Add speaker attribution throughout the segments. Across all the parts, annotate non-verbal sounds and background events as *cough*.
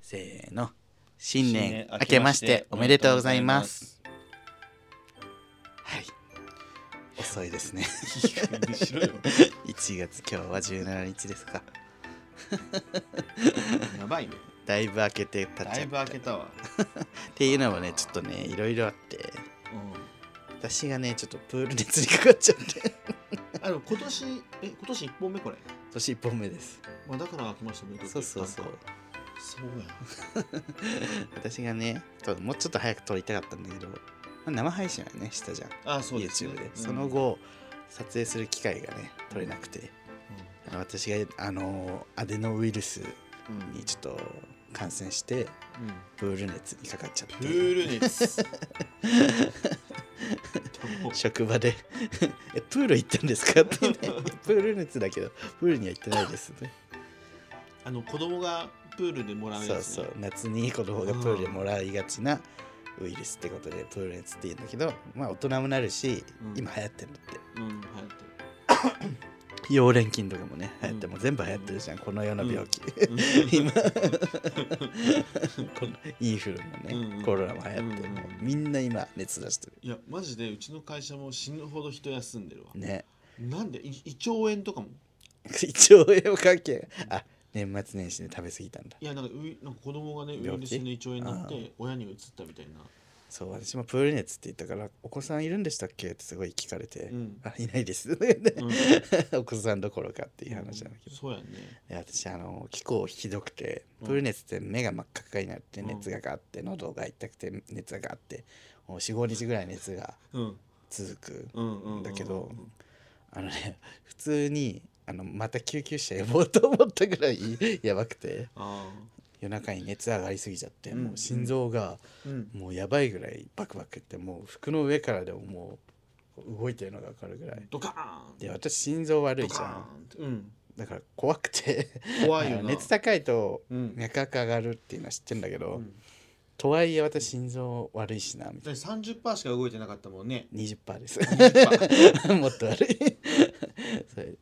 Speaker 1: せーの新年明けましておめでとうございますはい遅いですね *laughs*
Speaker 2: いい加減にしろよ
Speaker 1: 1月今日は17日ですか
Speaker 2: やばいね
Speaker 1: だいぶ明けて経っちゃった
Speaker 2: だいぶ開けたわ、
Speaker 1: っていうのもねちょっとねいろいろあって
Speaker 2: う
Speaker 1: 私がねちょっとプール熱にかかっちゃって
Speaker 2: ん、あでも今年え今年一本目これ、
Speaker 1: *laughs* 年1本目です
Speaker 2: まあ、だから開けましたね
Speaker 1: そうそうそう
Speaker 2: そうや
Speaker 1: 私がねともうちょっと早く撮りたかったんだけど、まあ生配信はねしたじゃん
Speaker 2: あそうです、ね、
Speaker 1: YouTube で
Speaker 2: うん
Speaker 1: その、後、撮影する機会がね取れなくてあの私があのアデノウイルス
Speaker 2: うんうん
Speaker 1: にちょっと感染して
Speaker 2: うん
Speaker 1: プール熱にかかっちゃっ
Speaker 2: プ
Speaker 1: て
Speaker 2: ー
Speaker 1: *laughs*
Speaker 2: ル熱
Speaker 1: 職場で *laughs* え「プール行ったんですか?」って
Speaker 2: *laughs*
Speaker 1: ね「プール熱だけどプールには行ってないです」ね
Speaker 2: あの子供がプールでもらう
Speaker 1: そ
Speaker 2: や
Speaker 1: う
Speaker 2: つ、
Speaker 1: そ
Speaker 2: ね、
Speaker 1: う夏に子供がプールでもらいがちなウイルスってことでプール熱って言うんだけどまあ大人もなるし、
Speaker 2: うん
Speaker 1: 今流行ってるんだって
Speaker 2: うん流行ってる
Speaker 1: 溶連菌とかもね流行って、
Speaker 2: うん
Speaker 1: もう全部流行ってるじゃんこの世の病気、今 *laughs* このインフルもね、
Speaker 2: うんうん
Speaker 1: コロナも流行って、
Speaker 2: うんうん
Speaker 1: もうみんな今熱出してる
Speaker 2: いやマジでうちの会社も死ぬほど人休んでるわ、
Speaker 1: ね
Speaker 2: なんでい胃腸炎とかも
Speaker 1: *laughs* 一応栄養関係あ年末年始で食べ過ぎたんだ
Speaker 2: いやなんかウイなんか子供がねウイ
Speaker 1: 病
Speaker 2: ル
Speaker 1: 気
Speaker 2: スの胃腸炎になって親に移ったみたいな
Speaker 1: そう私もプール熱って言ったから「お子さんいるんでしたっけ?」ってすごい聞かれて「
Speaker 2: うん
Speaker 1: あいないです」 *laughs*
Speaker 2: うん
Speaker 1: お子さんどころかっていう話なんだけど、
Speaker 2: そうやね
Speaker 1: で私あの気候ひどくて
Speaker 2: うん
Speaker 1: プール熱って目が真っ赤っかになって
Speaker 2: うん
Speaker 1: 熱がガーって喉が痛くて熱がガーってもう45日ぐらい熱が
Speaker 2: うん
Speaker 1: 続く
Speaker 2: うんうんうんん
Speaker 1: だけどあのね普通にあのまた救急車呼ぼうと思ったぐらいやばくて
Speaker 2: あ
Speaker 1: 夜中に熱上がりすぎちゃって
Speaker 2: うん
Speaker 1: もう心臓が
Speaker 2: あうん
Speaker 1: もうやばいぐらいバクバクってもう服の上からでももう動いてるのが分かるぐらい
Speaker 2: ドカーン
Speaker 1: で私心臓悪い
Speaker 2: ド
Speaker 1: じ
Speaker 2: カ
Speaker 1: ゃ
Speaker 2: ーン
Speaker 1: ん
Speaker 2: ってうん
Speaker 1: だから怖くて
Speaker 2: 怖いよ
Speaker 1: あ
Speaker 2: な
Speaker 1: の *laughs* 熱高いと
Speaker 2: うん
Speaker 1: 脈拍上がるっていうのは知ってんだけ
Speaker 2: う
Speaker 1: ど、
Speaker 2: ん
Speaker 1: とはいえ私心臓悪いしなみたい
Speaker 2: だって30%しか動いてなかったも
Speaker 1: *laughs*
Speaker 2: んね
Speaker 1: な20%です *laughs*
Speaker 2: 20%
Speaker 1: もっと悪いそれ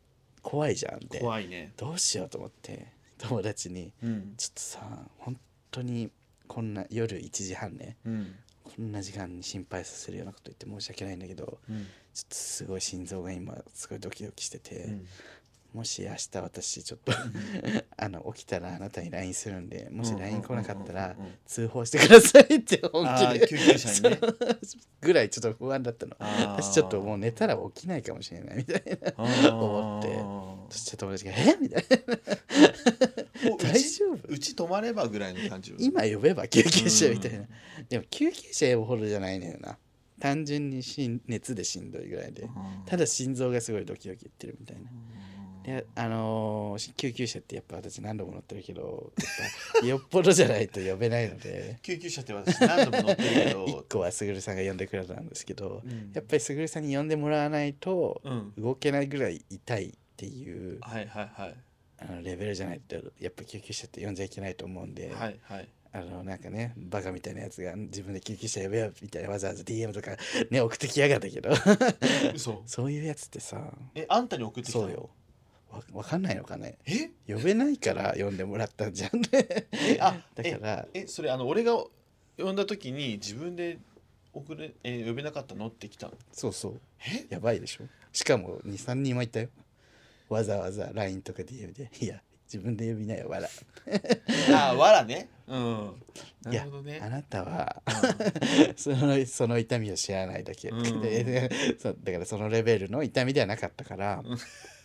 Speaker 1: 怖いじゃんって
Speaker 2: 怖いね
Speaker 1: どうしようと思って友達に
Speaker 2: うん
Speaker 1: 「ちょっとさ本当にこんな夜1時半ね
Speaker 2: うん
Speaker 1: こんな時間に心配させるようなこと言って申し訳ないんだけど
Speaker 2: うん
Speaker 1: ちょっとすごい心臓が今すごいドキドキしてて、
Speaker 2: うん
Speaker 1: もし明日私ちょっと *laughs* あの起きたらあなたに LINE するんでもし LINE 来なかったら
Speaker 2: うんうんうんうん
Speaker 1: 通報してくださいって本
Speaker 2: あ
Speaker 1: 気
Speaker 2: ー
Speaker 1: で
Speaker 2: 救急車にね
Speaker 1: *laughs* そうぐらいちょっと不安だったの
Speaker 2: あー
Speaker 1: 私ちょっともう寝たら起きないかもしれないみたいな思ってそして友達が「えみたいな「大丈夫
Speaker 2: *laughs* うち泊まればぐらいの感じ
Speaker 1: 今呼べば救急車」みたいな、
Speaker 2: う
Speaker 1: でも救急車呼ぶほどじゃないのよな単純にしん熱でしんどいぐらいでた
Speaker 2: だ
Speaker 1: だ心臓がすごいドキドキいってるみたいなであのー救急車ってやっぱ私何度も乗ってるけどやっぱよっぽどじゃないと呼べないので
Speaker 2: 救急車って私何度も乗ってるけ
Speaker 1: 一 *laughs*
Speaker 2: ど
Speaker 1: 個はすぐるさんが呼んでくれたんですけど、
Speaker 2: うん
Speaker 1: やっぱりすぐるさんに呼んでもらわないと
Speaker 2: うん
Speaker 1: 動けないぐらい痛いっていう
Speaker 2: はいはいはい
Speaker 1: あのレベルじゃないとやっぱ救急車って呼んじゃいけないと思うんで、
Speaker 2: はいはい
Speaker 1: あのなんかねバカみたいなやつが自分で救急車呼べよみたいなわざわざ DM とかね送ってきやがったけど *laughs*
Speaker 2: 嘘
Speaker 1: そういうやつってさ
Speaker 2: えあんたに送ってきた
Speaker 1: そうよわわかんないのかね
Speaker 2: え
Speaker 1: 呼べないから呼んでもらったんじゃんね
Speaker 2: えあ
Speaker 1: だから
Speaker 2: ええそれあの俺が呼んだ時に自分で送れえ呼べなかったのってきたの
Speaker 1: そうそう
Speaker 2: え
Speaker 1: やばいでしょしかも23人もいたよわざわざ LINE とか DM で「いや自分で呼びなよわら」
Speaker 2: あわらねうんないる
Speaker 1: や
Speaker 2: ほど
Speaker 1: あ
Speaker 2: ね
Speaker 1: なたは *laughs*
Speaker 2: う
Speaker 1: そのその痛みを知らないだけ、
Speaker 2: うん
Speaker 1: で *laughs* そうだからそのレベルの痛みではなかったから、
Speaker 2: うん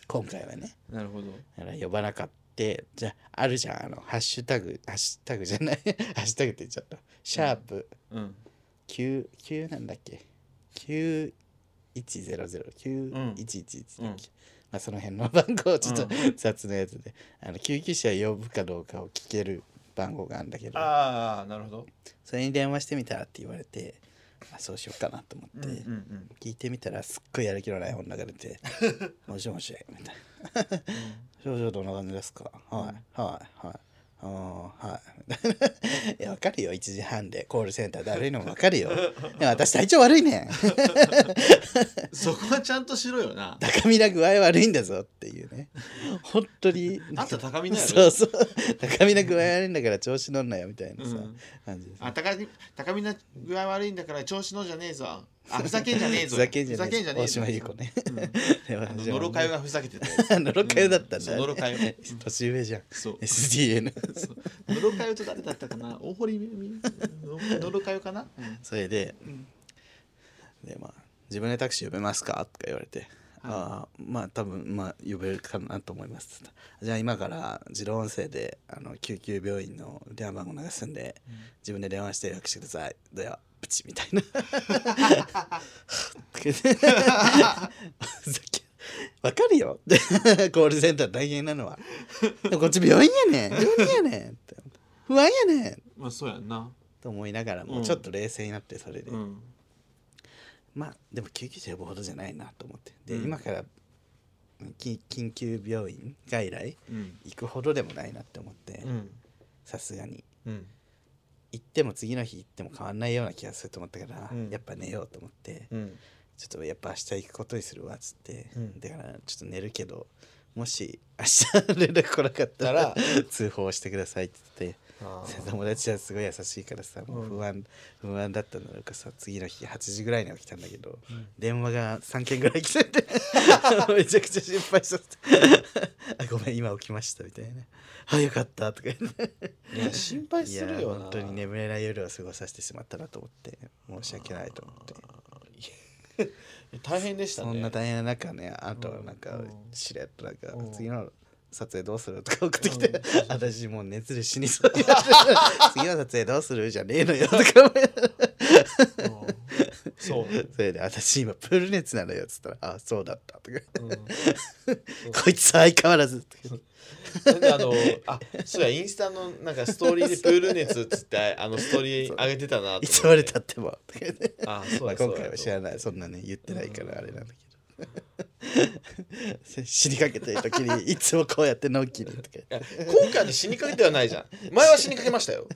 Speaker 1: 今回はね
Speaker 2: んなるほど
Speaker 1: だから呼ばなかったじゃああるじゃんあのハッシュタグハッシュタグじゃない *laughs* ハッシュタグって言っちゃったシャープ
Speaker 2: うん
Speaker 1: 9 9なんだっけ91009111だっけ、
Speaker 2: うん
Speaker 1: まあ、その辺の番号をちょっと
Speaker 2: う
Speaker 1: 雑なやつで、あの救急車呼ぶかどうかを聞ける番号があるんだけど
Speaker 2: ああなるほど
Speaker 1: それに電話してみたらって言われて、あ、そうしようかなと思って、
Speaker 2: うんうんうん
Speaker 1: 聞いてみたらすっごいやる気のない女が出て「もしもし」みたいな「症状どんな感じですかはいはいはい」あーはいみたいな「いやわかるよ1時半でコールセンターだるいのもわかるよでも私体調悪いねん
Speaker 2: そこはちゃんとしろよな
Speaker 1: 高みな具合悪いんだぞ」っていうね本当に
Speaker 2: あんた高見なやろ
Speaker 1: そうそう高みな具合悪いんだから調子乗んなよみたいなさ、
Speaker 2: うん
Speaker 1: 感じです
Speaker 2: あ高み高みな具合悪いんだから調子のじゃねえぞあふざけんじゃねえ
Speaker 1: ふ
Speaker 2: ぞ
Speaker 1: ざけんじゃねえ
Speaker 2: ふざ
Speaker 1: 大島優子ね
Speaker 2: うんあの
Speaker 1: 私は
Speaker 2: のろかよがふざけてたや
Speaker 1: *laughs*
Speaker 2: つ
Speaker 1: のろかよだったん
Speaker 2: そう
Speaker 1: だ、
Speaker 2: のろかよ
Speaker 1: *laughs* 年上じゃん
Speaker 2: そう
Speaker 1: SDN
Speaker 2: そうのろかよと誰だったかな大堀みみののろかよかな、うん
Speaker 1: それで、
Speaker 2: ん
Speaker 1: でまあ「自分でタクシー呼べますか?」とか言われて「
Speaker 2: はい
Speaker 1: ああまあ多分まあ呼べるかなと思います」って言ったじゃあ今から自動音声であの救急病院の電話番号流すんで、自分で電話して予約してください」ではプチみたいなふざけわかるよコールセンター大変なのはでもこっち病院やねん病院やねんって不安やねん
Speaker 2: まあそうやんな
Speaker 1: と思いながら
Speaker 2: う
Speaker 1: も
Speaker 2: ん
Speaker 1: ちょっと冷静になってそれで、
Speaker 2: うん
Speaker 1: まあでも救急車呼ぶほどじゃないなと思ってで、
Speaker 2: うん
Speaker 1: 今からき緊急病院外来
Speaker 2: うん
Speaker 1: 行くほどでもないなって思って
Speaker 2: うん
Speaker 1: さすがに
Speaker 2: うん
Speaker 1: 行っても次の日行っても変わんないような気がすると思ったから、
Speaker 2: うん
Speaker 1: やっぱ寝ようと思って、
Speaker 2: うん
Speaker 1: ちょっとやっぱ明日行くことにするわっつって、
Speaker 2: うん
Speaker 1: だからちょっと寝るけどもし明日 *laughs* 連絡来なかったら
Speaker 2: だか
Speaker 1: 通報してくださいって言って。
Speaker 2: あー
Speaker 1: 友達はすごい優しいからさもう不安、不安だったのかさ次の日8時ぐらいに起きたんだけど、
Speaker 2: うん
Speaker 1: 電話が3件ぐらい来て
Speaker 2: *laughs*
Speaker 1: てめちゃくちゃ心配しちゃってあごめん今起きました」みたいな「あよかった」とか言って
Speaker 2: いや心配
Speaker 1: い
Speaker 2: す
Speaker 1: や
Speaker 2: るよな
Speaker 1: 本当に眠れない夜を過ごさせてしまったなと思って申し訳ないと思って *laughs*
Speaker 2: いや大変でしたね
Speaker 1: そんな大変な中ねあとはなんか
Speaker 2: うん
Speaker 1: しれっとなんか
Speaker 2: うん
Speaker 1: 次の撮影どうするとか送ってきて、
Speaker 2: うんそうそう
Speaker 1: 私もう熱で死にそうにな
Speaker 2: *laughs*
Speaker 1: って次の撮影どうするじゃねえのよとか思いながら
Speaker 2: うんそう、
Speaker 1: *laughs* それで私今プール熱なのよっつったら「あそうだった」とか
Speaker 2: うん
Speaker 1: *laughs* 「こいつ相変わら
Speaker 2: *laughs*
Speaker 1: ず」とか
Speaker 2: なんであのあそうやインスタのなんかストーリーでプール熱っつってあのストーリー上げてたなと思
Speaker 1: 「
Speaker 2: っ
Speaker 1: い
Speaker 2: て
Speaker 1: つまでたっても」とかね
Speaker 2: あそう
Speaker 1: ま
Speaker 2: や
Speaker 1: あ
Speaker 2: そう
Speaker 1: *laughs*
Speaker 2: や
Speaker 1: 今回は知らないそんなね言ってないからあれなんだけど *laughs* 死にかけてる時
Speaker 2: *laughs*
Speaker 1: にいつもこうやってのんきにとか
Speaker 2: いや今回の死にかけてはないじゃん前は死にかけましたよ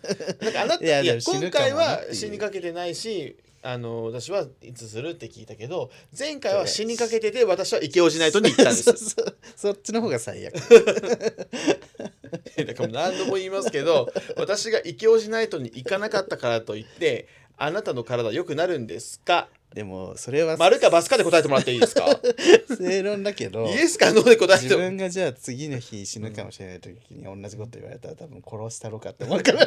Speaker 2: なんかあなた
Speaker 1: いや
Speaker 2: いや
Speaker 1: でも死ぬ
Speaker 2: 今回
Speaker 1: かもなっ
Speaker 2: は
Speaker 1: ていう
Speaker 2: 死にかけてないしあの私はいつするって聞いたけど前回は死にかけてて私はイケオジナイトに行ったんで
Speaker 1: *laughs*
Speaker 2: す
Speaker 1: そうそうそっちの方が最悪
Speaker 2: だからもう何度も言いますけど私がイケオジナイトに行かなかったからといってあなたの体良くなるんですか
Speaker 1: でもそれは
Speaker 2: 丸かバスかで答えてもらっていいですかイ
Speaker 1: 正論だけ
Speaker 2: *laughs*
Speaker 1: ど
Speaker 2: エスかノーで答え
Speaker 1: 自
Speaker 2: ても
Speaker 1: 分がじゃあ次の日死ぬかもしれない時に同じこと言われたら多分殺したろうかって思うから
Speaker 2: *laughs*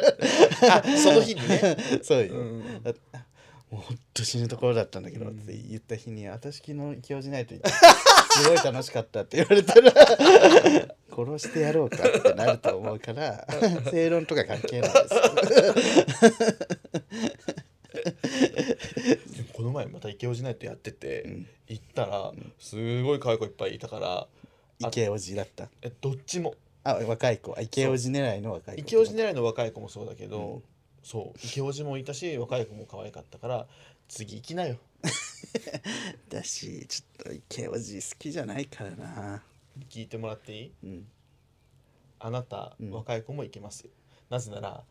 Speaker 2: あその日にね、
Speaker 1: *laughs* そうよ、
Speaker 2: うん
Speaker 1: だもうほんと死ぬところだったんだけど、って言った日に「私昨日教じないと言ってすごい楽しかった」って言われた
Speaker 2: *laughs*
Speaker 1: ら殺してやろうかってなると思うから
Speaker 2: *laughs*
Speaker 1: 正論とか関係ない
Speaker 2: でもこの前またイケオジナイトやってて、
Speaker 1: ん
Speaker 2: 行ったらすごい可愛い子いっぱいいたから
Speaker 1: です池おじだった
Speaker 2: えどっちも
Speaker 1: あ若い子あ池おじ狙いの若い子
Speaker 2: イケオジ
Speaker 1: い
Speaker 2: 狙いの若い子もそうだけど、
Speaker 1: うん
Speaker 2: そうイケオジもいたし若い子も可愛かったから次行きなよ
Speaker 1: だしちょっと池おじ好きじゃないからな
Speaker 2: 聞いてもらっていい
Speaker 1: うん
Speaker 2: あなた、
Speaker 1: うん
Speaker 2: 若い子も行けますよなぜなら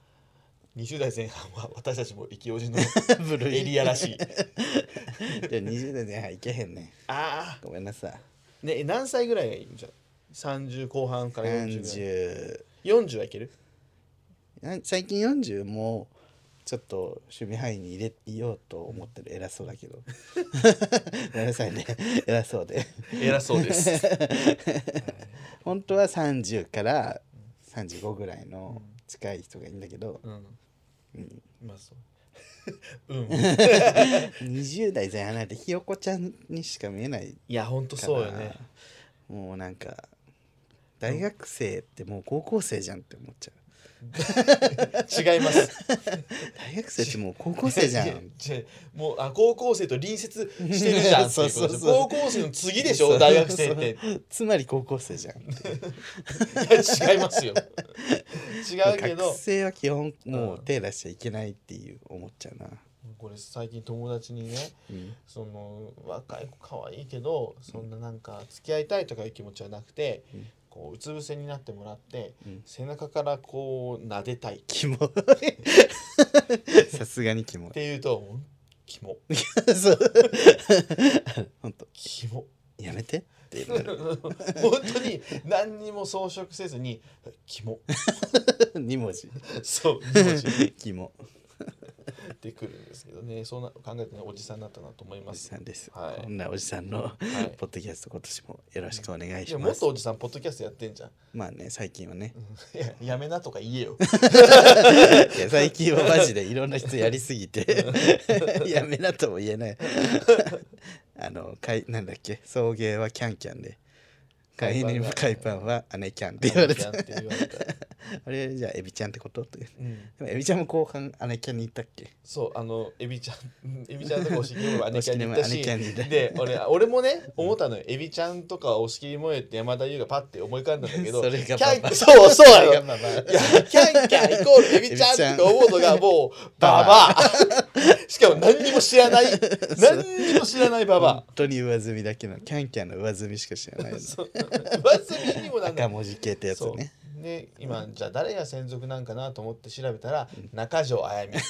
Speaker 2: 20代前半は私たちもイケオジの
Speaker 1: *laughs* ブルー
Speaker 2: エリア
Speaker 1: *laughs*
Speaker 2: らしい
Speaker 1: でも20代前半いけへんね
Speaker 2: あ
Speaker 1: ごめんなさい
Speaker 2: あねえ何歳ぐらいがいいんじゃん30後半から40ぐらい
Speaker 1: 30
Speaker 2: 40はいける
Speaker 1: な最近40もちょっと守備範囲に入れようと思ってる偉そうだけど *laughs* ごめんなさいね偉そうで
Speaker 2: 偉そうです
Speaker 1: *laughs* 本当は30から35ぐらいの近い人がいいんだけど
Speaker 2: うん、まあそううん
Speaker 1: *laughs*
Speaker 2: *laughs*
Speaker 1: 20代前半なんてひよこちゃんにしか見えない
Speaker 2: いやほんと
Speaker 1: から
Speaker 2: そうよね
Speaker 1: もうなんか大学生ってもう高校生じゃんって思っちゃう
Speaker 2: 違います
Speaker 1: *laughs* 大学生ってもう高校生じゃ
Speaker 2: いや
Speaker 1: ん
Speaker 2: いやいやもうあ高校生と隣接してるじゃん
Speaker 1: *laughs* そうそうそう
Speaker 2: っていことですよ高校生の *laughs* 次でしょ大学生って
Speaker 1: *laughs*
Speaker 2: い
Speaker 1: そうつまり高校生じゃん
Speaker 2: や違
Speaker 1: *laughs*
Speaker 2: いますよ違うけど
Speaker 1: 学生は基本もううん手出しちゃいけないっていう思っちゃうな、
Speaker 2: これ最近友達にね
Speaker 1: うん
Speaker 2: その若い子可愛いけどそんななんか付き合いたいとかいう気持ちはなくて、
Speaker 1: うん
Speaker 2: こううつ伏せになってもらって、
Speaker 1: うん
Speaker 2: 背中からこう撫でたいっ
Speaker 1: キモいさすがにキモ
Speaker 2: ていうとうんキモ
Speaker 1: いそう *laughs* 本当
Speaker 2: キモ
Speaker 1: *laughs* やめてってなる
Speaker 2: 本当に何にも装飾せずに「キモ
Speaker 1: 2文字」
Speaker 2: そう二文字
Speaker 1: 「肝」
Speaker 2: ってくるんですけどねそうな考えてねおじさんになったなと思い
Speaker 1: お
Speaker 2: ま
Speaker 1: じ
Speaker 2: す。
Speaker 1: さんです、
Speaker 2: はい
Speaker 1: こんなおじさんの
Speaker 2: はい
Speaker 1: ポッドキャスト今年もよろしくお願い
Speaker 2: い
Speaker 1: し
Speaker 2: や
Speaker 1: ま
Speaker 2: もっ
Speaker 1: す
Speaker 2: とおじさんポッドキャストやってんじゃん。
Speaker 1: まあね最近はね
Speaker 2: いややめなとか言え
Speaker 1: い
Speaker 2: よ。
Speaker 1: や最近はマジでいろんな人やりすぎてやめなとも言えないあのかいなんだっけ送迎はキャンキャンで飼い犬飼いパンは姉キャンって言われ
Speaker 2: や
Speaker 1: た
Speaker 2: めてって言われた
Speaker 1: あれじゃあエビちゃんってことって
Speaker 2: うん
Speaker 1: でもエビちゃんも後半姉キャンに行ったっけ
Speaker 2: そうあのエビちゃん *laughs* エビちゃんとかおしきりも姉ちゃんに行っ
Speaker 1: *laughs*
Speaker 2: た
Speaker 1: おしきりも姉
Speaker 2: し
Speaker 1: ちゃんに行った
Speaker 2: で俺俺もね思ったのよエビちゃんとかおしきりもえって山田優がパッて思い浮かんだんだけ
Speaker 1: *laughs*
Speaker 2: ど
Speaker 1: それが
Speaker 2: キャン
Speaker 1: ババア
Speaker 2: そうそう
Speaker 1: そ
Speaker 2: なの
Speaker 1: れ
Speaker 2: よ
Speaker 1: がババア
Speaker 2: いやキャンキャンイコールエビちゃんって思うのがもうババア *laughs* しかも何にも知らない
Speaker 1: *laughs*
Speaker 2: 何にも知らないババ
Speaker 1: 本当に上積みだけのキャンキャンの上積みしか知らないの
Speaker 2: ア *laughs* そう上積みにもなんない
Speaker 1: 赤文字系ってやつ
Speaker 2: そう
Speaker 1: ね
Speaker 2: ね今じゃあ誰が専属なんかなと思って調べたら中条あや
Speaker 1: *laughs*
Speaker 2: みあ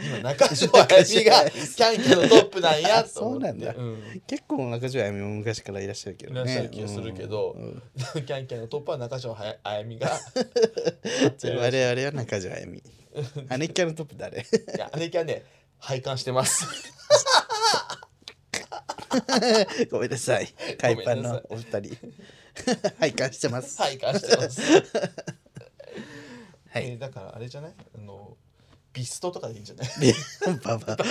Speaker 2: 今中条あやみがキャンキャンのトップなんやと思っ
Speaker 1: あ
Speaker 2: て
Speaker 1: *laughs* そうなんだ
Speaker 2: うん
Speaker 1: 結構中条あやみも昔からいらっしゃるけ
Speaker 2: い
Speaker 1: どね
Speaker 2: らっしゃる気がするけど、キャンキャンのトップは中条あやあやみが
Speaker 1: じゃあ我々は中条あやみ姉キャンのトップ誰
Speaker 2: いやあれキャンね拝観し
Speaker 1: *laughs*
Speaker 2: てます
Speaker 1: ごめんなさい。海パンのお二人。 *laughs* 拝観してます。
Speaker 2: 拝観してます、
Speaker 1: はい
Speaker 2: えーだからあれじゃないあのビストとかでいいんじゃない
Speaker 1: ババア、バ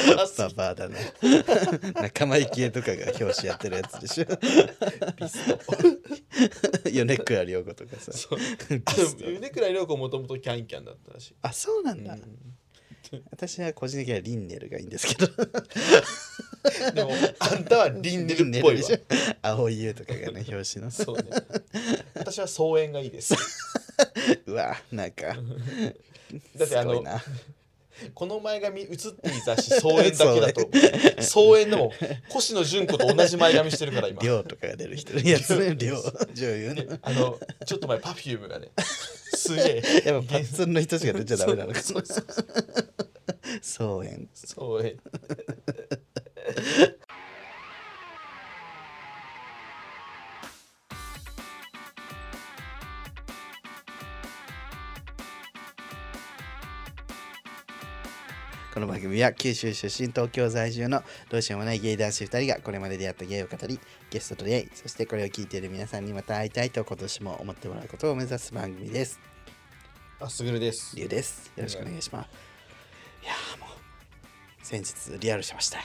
Speaker 1: バアだな。仲間由紀恵とかが表紙やってるやつでしょ。
Speaker 2: ビスト
Speaker 1: 米倉涼子とかさ。
Speaker 2: そう
Speaker 1: ビ
Speaker 2: あ
Speaker 1: スト
Speaker 2: の米倉涼子もともとキャンキャンだったらしい、
Speaker 1: あ、そうなん
Speaker 2: う
Speaker 1: だ。
Speaker 2: ん
Speaker 1: 私は個人的にはリンネルがいいんですけど。
Speaker 2: でもあんたはリンネルっぽ
Speaker 1: リンネル。
Speaker 2: いわ
Speaker 1: でしょ青い優とかがね、表紙の。
Speaker 2: そうね。 *laughs* 私は草園がいいです。
Speaker 1: うわ、なんか。
Speaker 2: だってあの
Speaker 1: すごいな
Speaker 2: この前髪映っていい *laughs* 雑誌草園だけだと思う。草園でも越野純子と同じ前髪してるから今。
Speaker 1: 涼とかが出る人のやつね、涼。女優ね。
Speaker 2: あのちょっと前パフュームがね。すげえ。
Speaker 1: やっぱパッツンの人しか出ちゃダメなのか。
Speaker 2: そうそうそう
Speaker 1: そうやん。
Speaker 2: そう草園。
Speaker 1: この番組は九州出身東京在住のどうしようもないゲイ男子2人がこれまで出会ったゲイを語りゲストと出会いそしてこれを聞いている皆さんにまた会いたいと今年も思ってもらうことを目指す番組です。
Speaker 2: あすぐるです
Speaker 1: り。ゅうです。よろしくお願いします。いやーもう先日リアルしました。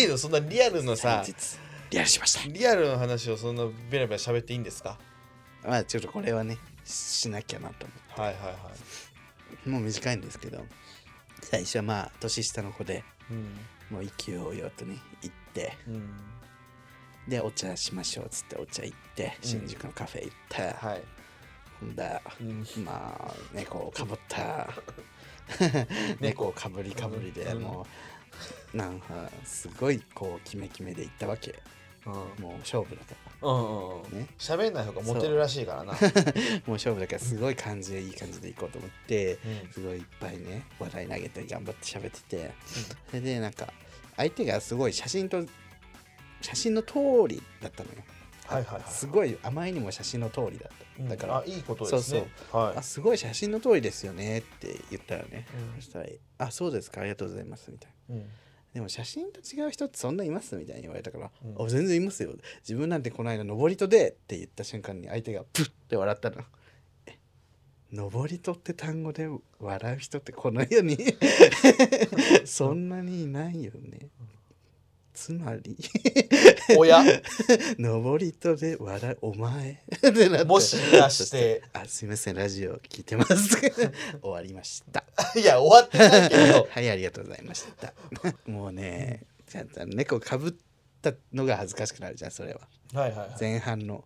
Speaker 2: いいのそんなリアルのさ
Speaker 1: 先。日リアルしました。
Speaker 2: リアルの話をそんなベラベラ喋っていいんですか
Speaker 1: まあちょっとこれはねしなきゃなと思
Speaker 2: はいはいはい。
Speaker 1: う。もう短いんですけど最初はまあ年下の子で
Speaker 2: うん。
Speaker 1: もう勢いよとね行って
Speaker 2: うん。
Speaker 1: でお茶しましょうっつってお茶行って新宿のカフェ行って。
Speaker 2: はい。
Speaker 1: ほんだ、
Speaker 2: うん
Speaker 1: まあ猫をかぶった
Speaker 2: *laughs*
Speaker 1: 猫をかぶりかぶりで、
Speaker 2: うん
Speaker 1: もうなんかすごいこうキメキメでいったわけ
Speaker 2: うん。
Speaker 1: もう勝負だか
Speaker 2: うんうんうん
Speaker 1: ね。
Speaker 2: 喋んない方がモテるらしいからな。
Speaker 1: らもう勝負だからすごい感じでいい感じでいこうと思って、
Speaker 2: うん
Speaker 1: すごいいっぱいね話題投げて頑張って喋っててそれでなんか相手がすごい写真と写真の通りだったのよ
Speaker 2: はいはいはい。
Speaker 1: すごいあまりにも写真の通りだった、だから
Speaker 2: うんあいいことですね。はい
Speaker 1: あ。すごい写真の通りですよねって言ったらね、
Speaker 2: う
Speaker 1: そ
Speaker 2: ん
Speaker 1: したら「あそうですかありがとうございます」みたいな
Speaker 2: うん
Speaker 1: 「でも写真と違う人ってそんないます?」みたいに言われたから「
Speaker 2: うん
Speaker 1: あ全然いますよ自分なんてこの間登りとで」って言った瞬間に相手がプッて笑ったの。え登りとって単語で笑う人ってこの世に
Speaker 2: *laughs*
Speaker 1: そんなにいないよね。つまり
Speaker 2: おや、
Speaker 1: 登りとで笑うお前ってなって
Speaker 2: もしかして。
Speaker 1: あすいませんラジオ聞いてます終わりました
Speaker 2: *laughs* いや、終わってないけど。
Speaker 1: はいありがとうございました *laughs* もうねちゃんと猫かぶったのが恥ずかしくなるじゃんそれは
Speaker 2: *laughs* はいはい、はい。
Speaker 1: 前半の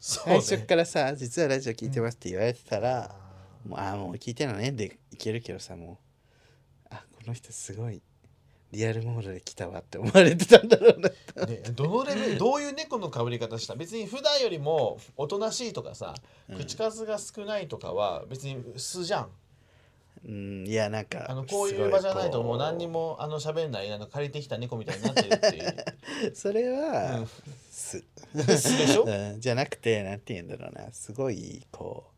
Speaker 2: そう
Speaker 1: 最
Speaker 2: ね、
Speaker 1: 初からさ実はラジオ聞いてますって言われてたらもうあーもう聞いてるのねでいけるけどさもうあこの人すごいリアルモードで来たわって思われてたんだろうな
Speaker 2: ね、どのレベル、どういう猫の被り方した、別に普段よりもおとなしいとかさ。口数が少ないとかは、別に素じゃん。
Speaker 1: うんいやなんか
Speaker 2: あのこう
Speaker 1: す
Speaker 2: い
Speaker 1: ご
Speaker 2: う場じゃないともう
Speaker 1: こ
Speaker 2: 何にもあの喋んないあの借りてきた猫みたいになってるって
Speaker 1: *laughs*
Speaker 2: いう
Speaker 1: それ
Speaker 2: う
Speaker 1: は
Speaker 2: ん
Speaker 1: す、
Speaker 2: ですでしょ
Speaker 1: *laughs* うん、じゃなくてなんて言うんだろうなすごいこ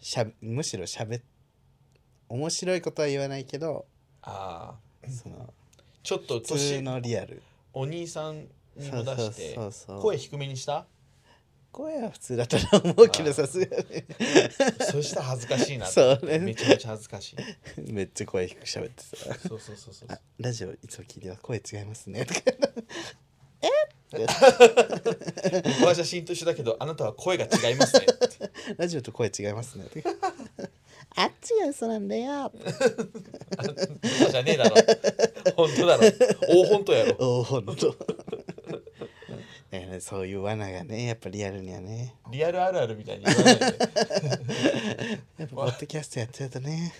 Speaker 1: うしゃむしろしゃべ面白いことは言わないけど
Speaker 2: ああ
Speaker 1: その
Speaker 2: ちょっと
Speaker 1: 普通
Speaker 2: 年
Speaker 1: のリアル
Speaker 2: お兄さんにも出して
Speaker 1: そうそうそうそう
Speaker 2: 声低めに
Speaker 1: *laughs*
Speaker 2: した
Speaker 1: 声は普通だったと思うけ
Speaker 2: あ
Speaker 1: ど
Speaker 2: ー
Speaker 1: さすがに
Speaker 2: そしたら恥ずかしいなって
Speaker 1: そうね
Speaker 2: めちゃめちゃ恥ずかしい
Speaker 1: めっちゃ声低く喋ってさ
Speaker 2: そうそうそうそう
Speaker 1: あラジオいつも聞いては声違いますねとか
Speaker 2: 僕は写真と一緒だけどあなたは声が違いますね
Speaker 1: ラジオと声違いますねとかあっちが嘘なんだよ
Speaker 2: あ嘘じゃねえだろ本当だろ大本当やろ
Speaker 1: おおほん *laughs* とだからねそういう罠がねやっぱリアルにはね
Speaker 2: リアルあるあるみたいに言わないで
Speaker 1: やっぱポッドキャストやってるとね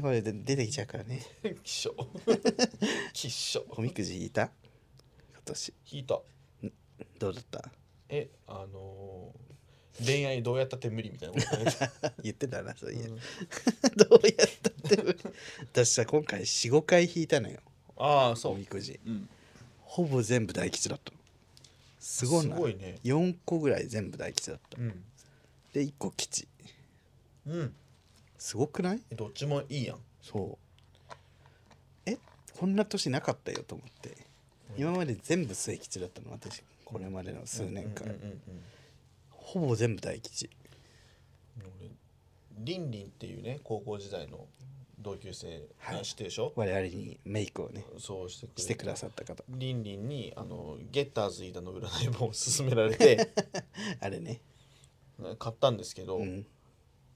Speaker 1: これで出てきちゃうからね
Speaker 2: きしょきしょ
Speaker 1: おみくじ引いた今年
Speaker 2: 引いた
Speaker 1: どうだった
Speaker 2: えあのー恋愛どうやったって無理みたいなこと言われた
Speaker 1: 言ってたなそういや、
Speaker 2: うん
Speaker 1: *laughs* どうやったって私さ今回45回引いたのよ
Speaker 2: ああそ
Speaker 1: お
Speaker 2: う、
Speaker 1: みくじ
Speaker 2: うん、
Speaker 1: ほぼ全部大吉だったのすごいな
Speaker 2: すごいね
Speaker 1: 4個ぐらい全部大吉だった
Speaker 2: うん、
Speaker 1: で1個吉
Speaker 2: うん、
Speaker 1: すごくない
Speaker 2: えどっちもいいやん
Speaker 1: そうえこんな年なかったよと思って今まで全部末吉だったの私これまでの数年間、
Speaker 2: うんうんうんうん
Speaker 1: ほぼ全部大吉
Speaker 2: 俺リンリンっていうね高校時代の同級生
Speaker 1: はい
Speaker 2: が知ってるでしょ、
Speaker 1: 我々にメイクをね
Speaker 2: そうしてくれ
Speaker 1: してくださった方
Speaker 2: リンリンにあのゲッターズ飯田の占い本を勧められて
Speaker 1: あれね
Speaker 2: 買ったんですけど、
Speaker 1: うん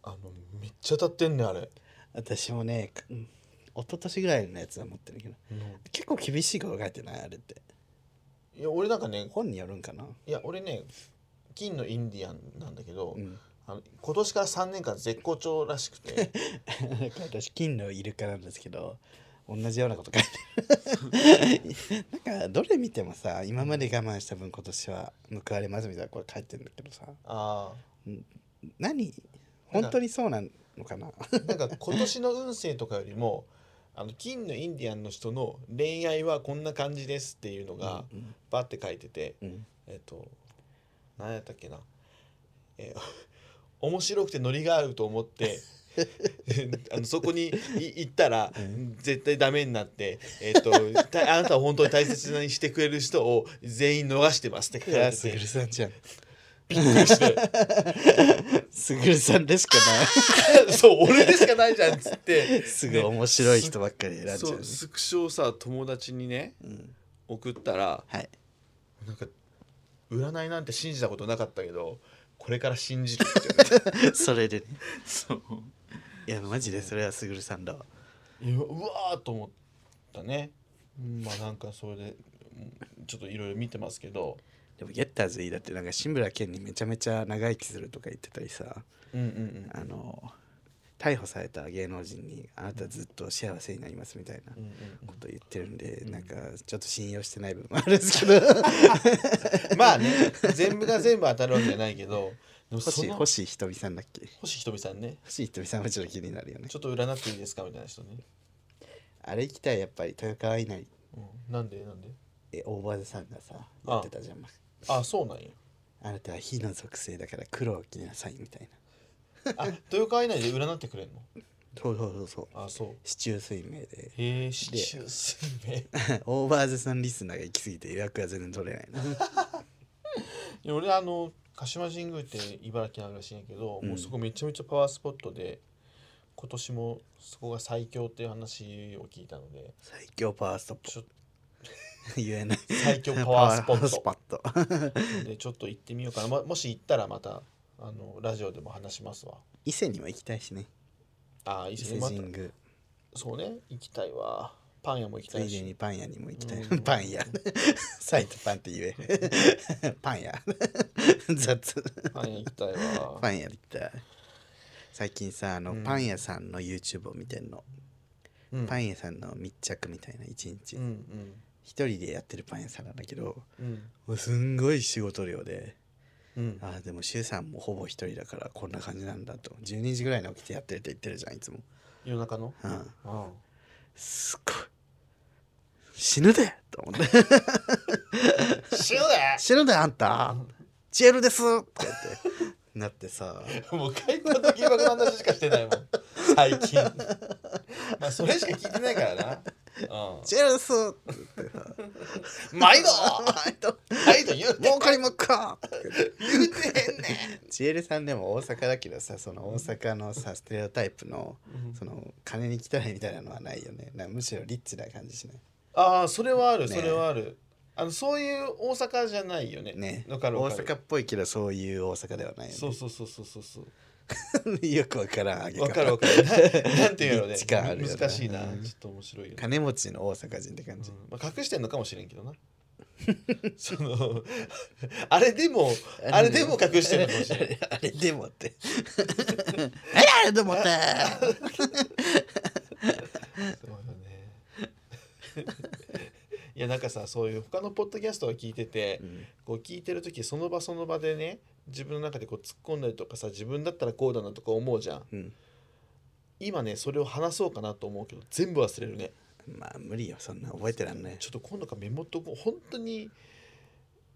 Speaker 2: あのめっちゃ当たってんねあれ
Speaker 1: 私もねかうん一昨年ぐらいのやつは持ってるけど結構厳しいこと書いてないあれって
Speaker 2: いや俺なんかね
Speaker 1: 本によるんかない
Speaker 2: や俺ね金のインディアンなんだけど、
Speaker 1: うん
Speaker 2: あの今年から3年間絶好調らしく
Speaker 1: *laughs*
Speaker 2: て
Speaker 1: なんか私金のイルカなんですけど同じようなこと書いてるなんかどれ見てもさ今まで我慢した分今年は報われますみたいなこれ書いてるんだけどさ
Speaker 2: あ
Speaker 1: 何本当にそうなのかな
Speaker 2: あなんか今年の運勢とかよりもあの金のインディアンの人の恋愛はこんな感じですっていうのが
Speaker 1: うん
Speaker 2: バッて書いてて、
Speaker 1: *laughs* うん
Speaker 2: えっと何やったっけな、えー *laughs* 面白くてノリがあると思って *laughs* あのそこにい行ったら絶対ダメになって、えっとたあなたを本当に大切にしてくれる人を全員逃してますって書
Speaker 1: い
Speaker 2: かれ
Speaker 1: や
Speaker 2: て
Speaker 1: すぐ
Speaker 2: て
Speaker 1: るさんじゃん
Speaker 2: びっくりして
Speaker 1: すぐるさんでしか
Speaker 2: *laughs* そう俺でしかないじゃんっつって
Speaker 1: ない *laughs* すぐ面白い人ばっかり選んじゃ
Speaker 2: そう
Speaker 1: ね
Speaker 2: うスクショをさ友達にね
Speaker 1: うん
Speaker 2: 送ったら
Speaker 1: はい
Speaker 2: なんか占いなんて信じたことなかったけどこれから信じるって言われて
Speaker 1: それでね
Speaker 2: そう
Speaker 1: いやマジでそれはすぐるさんだわ
Speaker 2: いやうわーと思ったねうんまあなんかそれでうんちょっといろいろ見てますけど
Speaker 1: でもゲッターズいいだってなんか志村けんにめちゃめちゃ長生きするとか言ってたりさ
Speaker 2: うんうんうん
Speaker 1: あの逮捕された芸能人に「あなたずっと幸せになります」みたいな
Speaker 2: うんうん
Speaker 1: こと言ってるんで、
Speaker 2: うん
Speaker 1: なんかちょっと信用してない部分もあるんですけど
Speaker 2: うんまあね全部が全部当たるわけじゃないけどでもそ
Speaker 1: 星
Speaker 2: の
Speaker 1: 星ひとみさんだっけ
Speaker 2: 星ひとみさんね
Speaker 1: 星ひとみさんはちょっと気になるよね
Speaker 2: ちょっと占っていいですかみたいな人ね、
Speaker 1: あれ行きたいやっぱり豊川稲荷
Speaker 2: うん、なんでなんで
Speaker 1: え大場さんがさ言ってたじゃん
Speaker 2: あそうなんや
Speaker 1: あなたは火の属性だから黒を着なさいみたいな
Speaker 2: あ豊川稲荷で占ってくれんの
Speaker 1: そうそうそうそう
Speaker 2: あそう
Speaker 1: 四柱推命で *laughs*
Speaker 2: へえ四柱推命い
Speaker 1: オーバーズさんリスナーが行き過ぎて予約が全然取れないな
Speaker 2: や俺あの鹿島神宮って茨城にあるらしいんやけど、
Speaker 1: うん
Speaker 2: もうそこめちゃめちゃパワースポットで今年もそこが最強っていう話を聞いたので
Speaker 1: 最強パワーストッ
Speaker 2: ちょっ
Speaker 1: プ言えない
Speaker 2: 最強パワースポット
Speaker 1: *laughs* パワースポット
Speaker 2: でちょっと行ってみようかな、ま、もし行ったらまたあのラジオでも話しますわ
Speaker 1: 伊勢にも行きたいしね
Speaker 2: あー伊
Speaker 1: 伊
Speaker 2: 勢
Speaker 1: 勢
Speaker 2: にまた
Speaker 1: 神宮
Speaker 2: そうね行きたいわパン屋も行き
Speaker 1: つ
Speaker 2: たい
Speaker 1: いでに
Speaker 2: し
Speaker 1: パン屋にも行きたい、
Speaker 2: うん
Speaker 1: パ *laughs* ン屋サイトパンって言 *laughs* えパン屋雑
Speaker 2: パン屋行きたいわ
Speaker 1: *laughs* パン屋行きたい最近さあの、
Speaker 2: うん
Speaker 1: パン屋さんの YouTube を見てんの、
Speaker 2: うん
Speaker 1: パン屋さんの密着みたいな一日
Speaker 2: うんうん
Speaker 1: 一人でやってるパン屋さんなんだけど
Speaker 2: うん
Speaker 1: もうすんごい仕事量で
Speaker 2: うん
Speaker 1: あーでも周さんもほぼ一人だからこんな感じなんだと12時ぐらいに起きてやってるって言ってるじゃんいつも、
Speaker 2: 夜中の
Speaker 1: うん、
Speaker 2: あ
Speaker 1: すっごい死ぬでと思って *laughs*
Speaker 2: あ *laughs* 死ぬで
Speaker 1: 死ぬであんたチエルですって言ってなってさ
Speaker 2: *laughs* もう解放と疑惑の話しかしてないもん最近
Speaker 1: *laughs*
Speaker 2: まあそれしか聞いてないからな
Speaker 1: チエルですって
Speaker 2: うん毎度
Speaker 1: 毎度
Speaker 2: *laughs* 毎度言うて
Speaker 1: 儲かりまっか
Speaker 2: 言うてへんね
Speaker 1: チエルさんでも大阪だけどさその大阪のさステレオタイプの
Speaker 2: ん
Speaker 1: その金に汚いみたいなのはないよねなむしろリッチな感じしない
Speaker 2: ああそれはある
Speaker 1: ね
Speaker 2: それはあるあのそういう大阪じゃないよね
Speaker 1: ね
Speaker 2: わ
Speaker 1: 大
Speaker 2: かるわかる
Speaker 1: 阪っぽいけどそういう大阪ではないよ
Speaker 2: そうそうそうそうそうそう
Speaker 1: ね *laughs* よくわからんあげ
Speaker 2: わ
Speaker 1: 方
Speaker 2: かるわかる。ななんていうのね
Speaker 1: リッチ感あるよね
Speaker 2: 難しいな。ちょ
Speaker 1: うん
Speaker 2: っと面白いよね。
Speaker 1: 金持ちの大阪人って感じ、
Speaker 2: うんまあ、隠してんのかもしれんけどな。 *laughs* そのあれ
Speaker 1: *laughs*
Speaker 2: でもあれでも隠してるのかもしれない。
Speaker 1: あれでもって。あれあれでもって。
Speaker 2: そうだね。 *laughs* いやなんかさそういう他のポッドキャストを聞いてて、こう聞いてる時その場その場でね自分の中でこう突っ込んだりとかさ自分だったらこうだなとか思うじゃん
Speaker 1: うん、
Speaker 2: 今ねそれを話そうかなと思うけど全部忘れるね
Speaker 1: まあ無理よ、そんな覚えてらんね
Speaker 2: ちょっと今度からメモっとこう本当に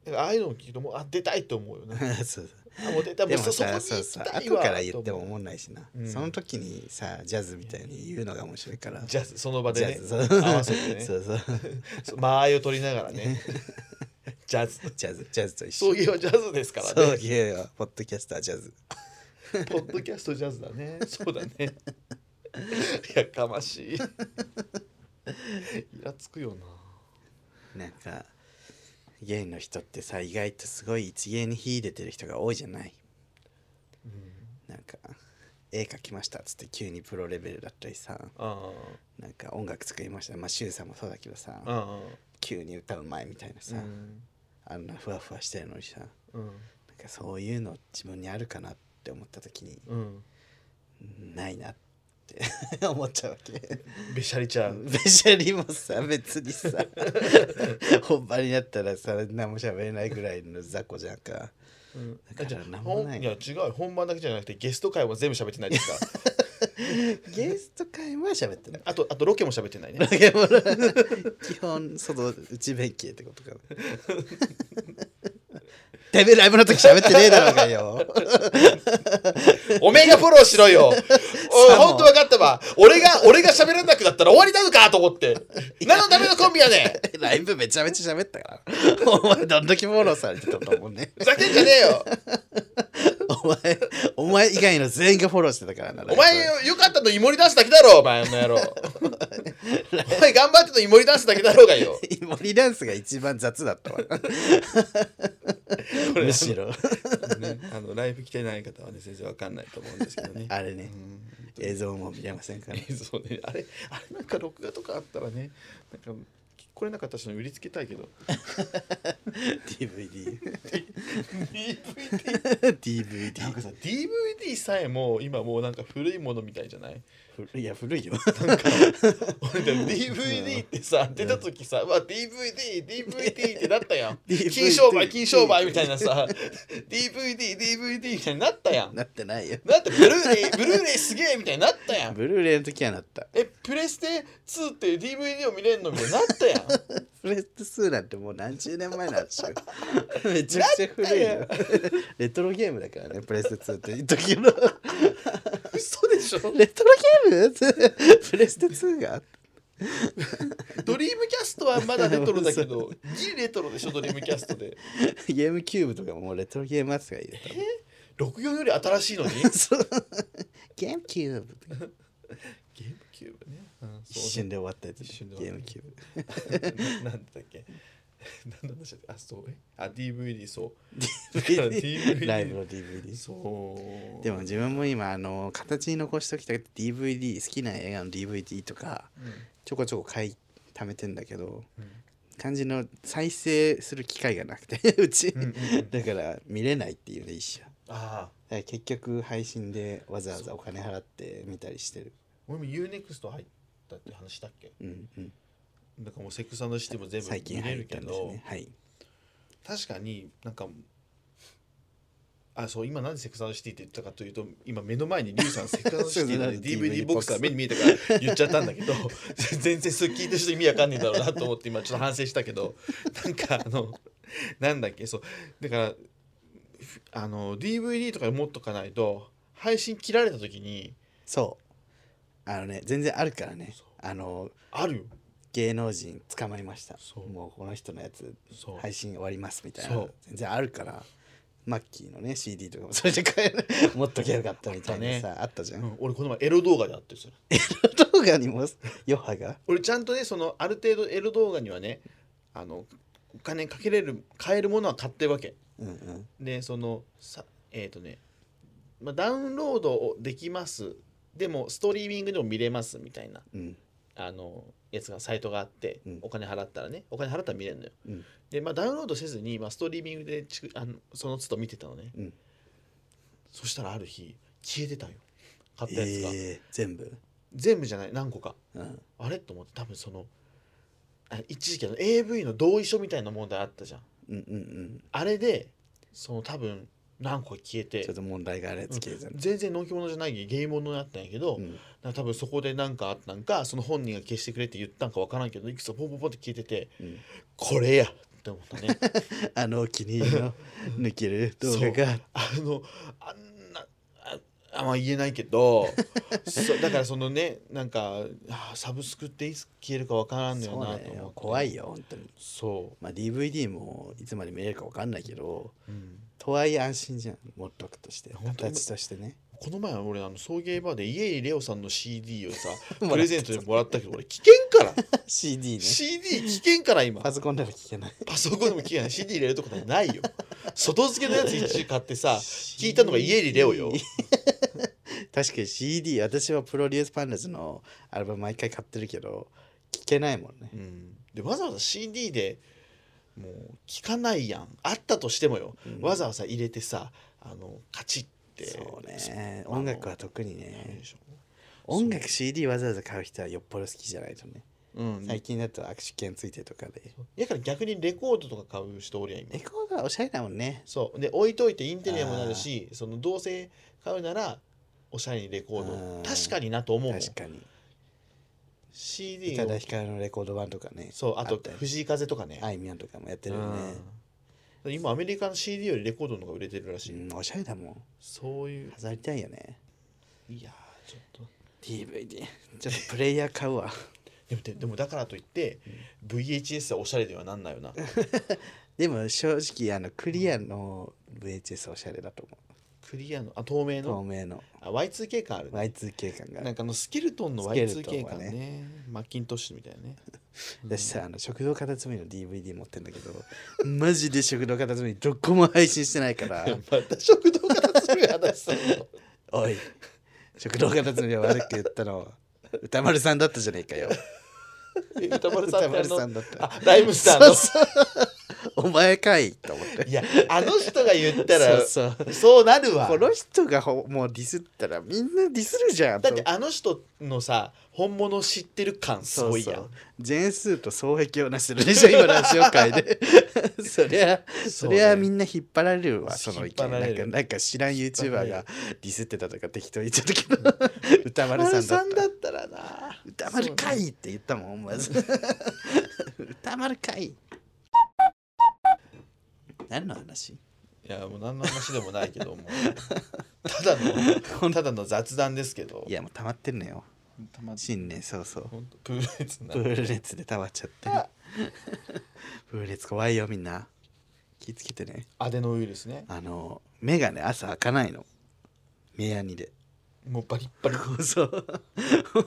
Speaker 2: なんかああいうのを聞くともうあ出たいと思うよ
Speaker 1: *laughs*
Speaker 2: ね
Speaker 1: え。そう
Speaker 2: あもう出た
Speaker 1: で
Speaker 2: もう
Speaker 1: も
Speaker 2: そそこに
Speaker 1: さ、そ
Speaker 2: 行
Speaker 1: う
Speaker 2: き
Speaker 1: さ、
Speaker 2: たい
Speaker 1: 後
Speaker 2: わ
Speaker 1: から言って
Speaker 2: と
Speaker 1: も
Speaker 2: 思
Speaker 1: 思んないしな
Speaker 2: う。ん
Speaker 1: その時にさ、ジャズみたいに言うのが面白いから。
Speaker 2: うジャズその場でね
Speaker 1: ジ
Speaker 2: 合
Speaker 1: ャズ
Speaker 2: わせてね
Speaker 1: そうそう。 *laughs*
Speaker 2: そう間合いを取りながらねジャズ
Speaker 1: ジャズ、ジャズと一緒。
Speaker 2: そういうジャズですから
Speaker 1: そう
Speaker 2: ね
Speaker 1: いうよポッドキャスタージャズ。
Speaker 2: *laughs* ポッドキャストジャズだねそうだね *laughs* やかましいイラつくよな
Speaker 1: なんか、ゲイの人ってさ、意外とすごい一芸に秀でてる人が多いじゃない。
Speaker 2: うん
Speaker 1: なんか、絵描きましたっつって急にプロレベルだったりさ。
Speaker 2: あ
Speaker 1: なんか音楽作りましたまあ柊さんもそうだけどさ
Speaker 2: ああ
Speaker 1: 急に歌うまいみたいなさ、
Speaker 2: あうん
Speaker 1: あんなふわふわしてるのにさなん
Speaker 2: うん
Speaker 1: かそういうの自分にあるかなって思った時に
Speaker 2: うん
Speaker 1: ないなって *laughs* 思っちゃうわけ
Speaker 2: べしゃりちゃう
Speaker 1: ベシャリもさ別に *laughs* さ本番になったらさ何も喋れないぐらいの雑魚じゃんか
Speaker 2: うん
Speaker 1: だから
Speaker 2: あじゃあ
Speaker 1: なんもない
Speaker 2: ほんいや違う本番だけじゃなくてゲスト会も全部喋ってない *laughs* ですか
Speaker 1: ゲスト会は喋ってない
Speaker 2: あとあとロケも喋ってない *laughs* ね
Speaker 1: 基本外内弁慶ってことかなてめえライブの時喋ってねえだろうがよ
Speaker 2: おめえがフォローしろ *laughs* よおい
Speaker 1: さも
Speaker 2: ほんと分かったわ俺が俺が喋らなくなったら終わりなのかと思って何のためのコンビやね *laughs* ん
Speaker 1: ライブめちゃめちゃ喋ったから。お前どんだけフォローされてたと思うね。
Speaker 2: ふざけんじゃねえよ
Speaker 1: お前、お前以外の全員がフォローしてたからな。
Speaker 2: お前
Speaker 1: ライ
Speaker 2: よかったのイモリダンスだけだろお前あの野
Speaker 1: *laughs*
Speaker 2: 郎お前頑張ってのイモリダンスだけだろうがよ
Speaker 1: ブ森ダンスが一番雑だったわ。 *laughs* むしろ。
Speaker 2: あのライブ来てない方はね全然わかんないと思うんですけどね
Speaker 1: あれね、映像も見れませんから。
Speaker 2: そうねあれあれなんか録画とかあったらねなんかこれなかった人に売りつけたい
Speaker 1: *laughs*
Speaker 2: けど
Speaker 1: DVD。 *laughs*
Speaker 2: DVD
Speaker 1: DVD
Speaker 2: なんかさ DVD さえも今もうなんか古いものみたいじゃない
Speaker 1: 古い。いや、古いよ。
Speaker 2: 俺でも DVD ってさ出た時さ「うわ DVDDVD」ってなったや *laughs* ん
Speaker 1: DVD
Speaker 2: 金商売金商売みたいなさ *laughs* DVDDVD みたいになったやん
Speaker 1: *laughs* なってないよ。
Speaker 2: だってブルーレイブルーレイすげえみたいになったやん
Speaker 1: ブルーレイの時はなった。
Speaker 2: えプレステ2って DVD を見れんのみたいになったやん
Speaker 1: フレット2なんてもう何十年前なんでしょ。 *laughs* めちゃくちゃ古いよ
Speaker 2: な。
Speaker 1: レトロゲームだからね、プレステ2って時の。
Speaker 2: *laughs* 嘘でしょ
Speaker 1: レトロゲームってプレステ2が
Speaker 2: ドリームキャストはまだレトロだけどギリレトロでしょドリームキャストで
Speaker 1: ゲームキューブとかもうレトロゲーム扱いで。
Speaker 2: 64より新しいのに
Speaker 1: そうゲームキューブとか
Speaker 2: ゲームキューブね、うん、
Speaker 1: 一瞬で終わったやつね
Speaker 2: 一瞬で終
Speaker 1: ゲ
Speaker 2: わ
Speaker 1: ーム *laughs*
Speaker 2: った
Speaker 1: キューブ。
Speaker 2: *laughs* ななんだっけ何の話だっけあそうえあ DVD そう DVD
Speaker 1: ライブの DVD。
Speaker 2: そう
Speaker 1: でも自分も今、あの、形に残しておきたくて DVD、好きな映画の DVD とか、
Speaker 2: うん
Speaker 1: ちょこちょこ買い、貯めてんだけど、
Speaker 2: うん
Speaker 1: 漢字の再生する機会がなくて、 *laughs* うち。
Speaker 2: うんうんうん
Speaker 1: だから見れないっていうね、一緒。
Speaker 2: ああ
Speaker 1: だから結局配信でわざわざお金払って見たりしてる。
Speaker 2: 俺も UNEXT 入ったって話したっけ
Speaker 1: うんうん。
Speaker 2: なんかもうセックスシティも全部
Speaker 1: 最近
Speaker 2: 見れ
Speaker 1: 入っ
Speaker 2: る
Speaker 1: た
Speaker 2: け
Speaker 1: んです
Speaker 2: ど、
Speaker 1: ね。はい。
Speaker 2: 確かになんかあそう今なんでセカンドシティって言ったかというと今目の前にリュウさんセカンドシティ *laughs* なんで DVD ボックスが目に見えたから言っちゃったんだけど *laughs* 全然それ聞いてる人意味わかんねえだろうなと思って今ちょっと反省したけど *laughs* なんかあのなんだっけそうだからふあの DVD とか持っとかないと配信切られた時に
Speaker 1: そうあのね全然あるからね
Speaker 2: そう
Speaker 1: あの
Speaker 2: あるよ
Speaker 1: 芸能人捕まりました
Speaker 2: そう
Speaker 1: もうこの人のやつ
Speaker 2: そう、
Speaker 1: 配信終わりますみたいな
Speaker 2: そう
Speaker 1: 全然あるからマッキーのね CD とかもそれで買える持っときゃよかったみたいなさあったじゃ、
Speaker 2: うんん、俺この前エロ動画であってさ
Speaker 1: 動画にも余波が
Speaker 2: 俺ちゃんとねそのある程度エロ動画にはねあのお金かけれる買えるものは買ってるわけ
Speaker 1: うんうん
Speaker 2: でそのさえっ、とね、まあ、ダウンロードをできますでもストリーミングでも見れますみたいな
Speaker 1: うん
Speaker 2: あのやつがサイトがあって、
Speaker 1: うん
Speaker 2: お金払ったらねお金払ったら見れるのよ
Speaker 1: うん
Speaker 2: で、まあ、ダウンロードせずに、まあ、ストリーミングでちくあのその都度見てたのね、
Speaker 1: うん
Speaker 2: そしたらある日消えてたよ買ったやつが、
Speaker 1: えー、全部
Speaker 2: 全部じゃない何個か
Speaker 1: うん
Speaker 2: あれと思って多分そのあ一時期あの AV の同意書みたいな問題あったじゃん
Speaker 1: うんうんうん
Speaker 2: あれでその多分何個か消えて
Speaker 1: ちょっと問題があるやつ消えた
Speaker 2: う
Speaker 1: ね
Speaker 2: ん全然のんき者じゃないゲイ物だったんやけど、
Speaker 1: う
Speaker 2: なん
Speaker 1: ん
Speaker 2: か多分そこで何かあったんかその本人が消してくれって言ったんかわからんけどいくつかポンポンポンって聞いてて
Speaker 1: うん
Speaker 2: これやって思った
Speaker 1: *laughs*
Speaker 2: ね
Speaker 1: あのお気に入りの抜ける動画が
Speaker 2: あのあんなああまあ言えないけどそうだからそのねなんかあサブスクっていつ消えるかわからんのよ
Speaker 1: そう
Speaker 2: なと思っ
Speaker 1: だ
Speaker 2: て、
Speaker 1: よ怖いよ本当に
Speaker 2: そ
Speaker 1: まあ DVD もいつまで見れるか分かんないけど
Speaker 2: う、うん
Speaker 1: とはいえ安心じゃん持っとくとして
Speaker 2: 本当に
Speaker 1: 形としてね
Speaker 2: この前俺あの送迎バーで家入レオさんの CD をさ
Speaker 1: *laughs* もらった
Speaker 2: プレゼントでもらったけど俺危険から
Speaker 1: CD ね
Speaker 2: CD 危険から今
Speaker 1: パソコンでは聞けない
Speaker 2: パソコンでも聞けない CD 入れるとこなんてないよ外付けのやつ一応買ってさ聞いたのが家にレ
Speaker 1: *laughs*
Speaker 2: オよ
Speaker 1: 確かに CD 私はプロデュースパンダズのアルバム毎回買ってるけど聞けないもんね
Speaker 2: うん、でわざわざ CD でもう聞かないやんあったとしてもよ、
Speaker 1: うん
Speaker 2: わざわざ入れてさあのカチッて
Speaker 1: そうね音楽は特にね
Speaker 2: でしょ
Speaker 1: 音楽 CD わざわざ買う人はよっぽど好きじゃないとね
Speaker 2: うん
Speaker 1: 最近だと握手券ついてとかで
Speaker 2: やから逆にレコードとか買う人おるやん今
Speaker 1: レコードはおしゃれだもんね
Speaker 2: そうで置いといてインテリアもなるしそのどうせ買うならおしゃれにレコ
Speaker 1: う
Speaker 2: ード
Speaker 1: ん
Speaker 2: 確かになと思うもん
Speaker 1: 確かに宇
Speaker 2: CD
Speaker 1: 多
Speaker 2: を
Speaker 1: 田ヒカルのレコード版とかね
Speaker 2: そうあと
Speaker 1: ったよね
Speaker 2: 藤井風とかね
Speaker 1: あいみょんとかもやってるよね
Speaker 2: うん今アメリカの CD よりレコードの方が売れてるらし
Speaker 1: う
Speaker 2: い、
Speaker 1: んおしゃれだもん
Speaker 2: そういう
Speaker 1: 飾りたいよね
Speaker 2: いやーちょっと
Speaker 1: DVD ちょっとプレイヤー買うわ
Speaker 2: でもででもだからといって、VHS はおしゃれではなんないよな
Speaker 1: でも正直あのクリアの VHS おしゃれだと思う
Speaker 2: クリアのあ透明
Speaker 1: 透
Speaker 2: の
Speaker 1: 明の
Speaker 2: あ Y2K 感あるね
Speaker 1: Y2K 感があ
Speaker 2: な
Speaker 1: る
Speaker 2: んかあのスケルトンの
Speaker 1: スケルトン
Speaker 2: Y2K
Speaker 1: は
Speaker 2: 感
Speaker 1: ね
Speaker 2: ねマッキントッシュみたいなね
Speaker 1: 私さあの食堂片隅の DVD 持ってんだけどマジで食堂片隅どこも配信してないから
Speaker 2: *laughs* また食堂からする話す
Speaker 1: *laughs*
Speaker 2: るの
Speaker 1: おい食堂片隅を悪く言ったの歌丸さんだったじゃねえかよ
Speaker 2: え歌丸さ
Speaker 1: 歌
Speaker 2: んってあ
Speaker 1: 丸さ
Speaker 2: の
Speaker 1: んだった
Speaker 2: あライムスターの
Speaker 1: そうそうお前かいと思って
Speaker 2: いやあの人が言ったらそう
Speaker 1: そうそう
Speaker 2: なるわ
Speaker 1: この人がほもうディスったらみんなディスるじゃん
Speaker 2: だってあの人のさ本物知ってる感す
Speaker 1: そう
Speaker 2: ごい
Speaker 1: そ
Speaker 2: やん
Speaker 1: うジェーンスーと双璧をなしてるでしょ今ラジオ界
Speaker 2: *laughs*
Speaker 1: でそりゃそりゃみ
Speaker 2: なん
Speaker 1: な引っ張られるわその意見
Speaker 2: 引っ張ら
Speaker 1: な
Speaker 2: れ
Speaker 1: ん
Speaker 2: る
Speaker 1: かなんか知らん
Speaker 2: 張ら
Speaker 1: YouTuber
Speaker 2: れる
Speaker 1: がディスってたとか適当に言っちゃったけ
Speaker 2: *laughs*
Speaker 1: ど歌丸さんだった
Speaker 2: ったらな
Speaker 1: 歌丸かいって言ったもん思わず歌丸かい何の話
Speaker 2: いやもう何の話でもないけど
Speaker 1: *laughs*
Speaker 2: もただのただの雑談ですけど
Speaker 1: いやもう溜まってるのよ
Speaker 2: たま
Speaker 1: 新年そうそう
Speaker 2: ほんとプールレッツな
Speaker 1: プール熱で溜まっちゃって
Speaker 2: あ
Speaker 1: プール熱怖いよみんな気ぃつけてね
Speaker 2: アデノウイルスね
Speaker 1: あの目がね朝開かないの目やにで
Speaker 2: もうバリッバリ
Speaker 1: こうそ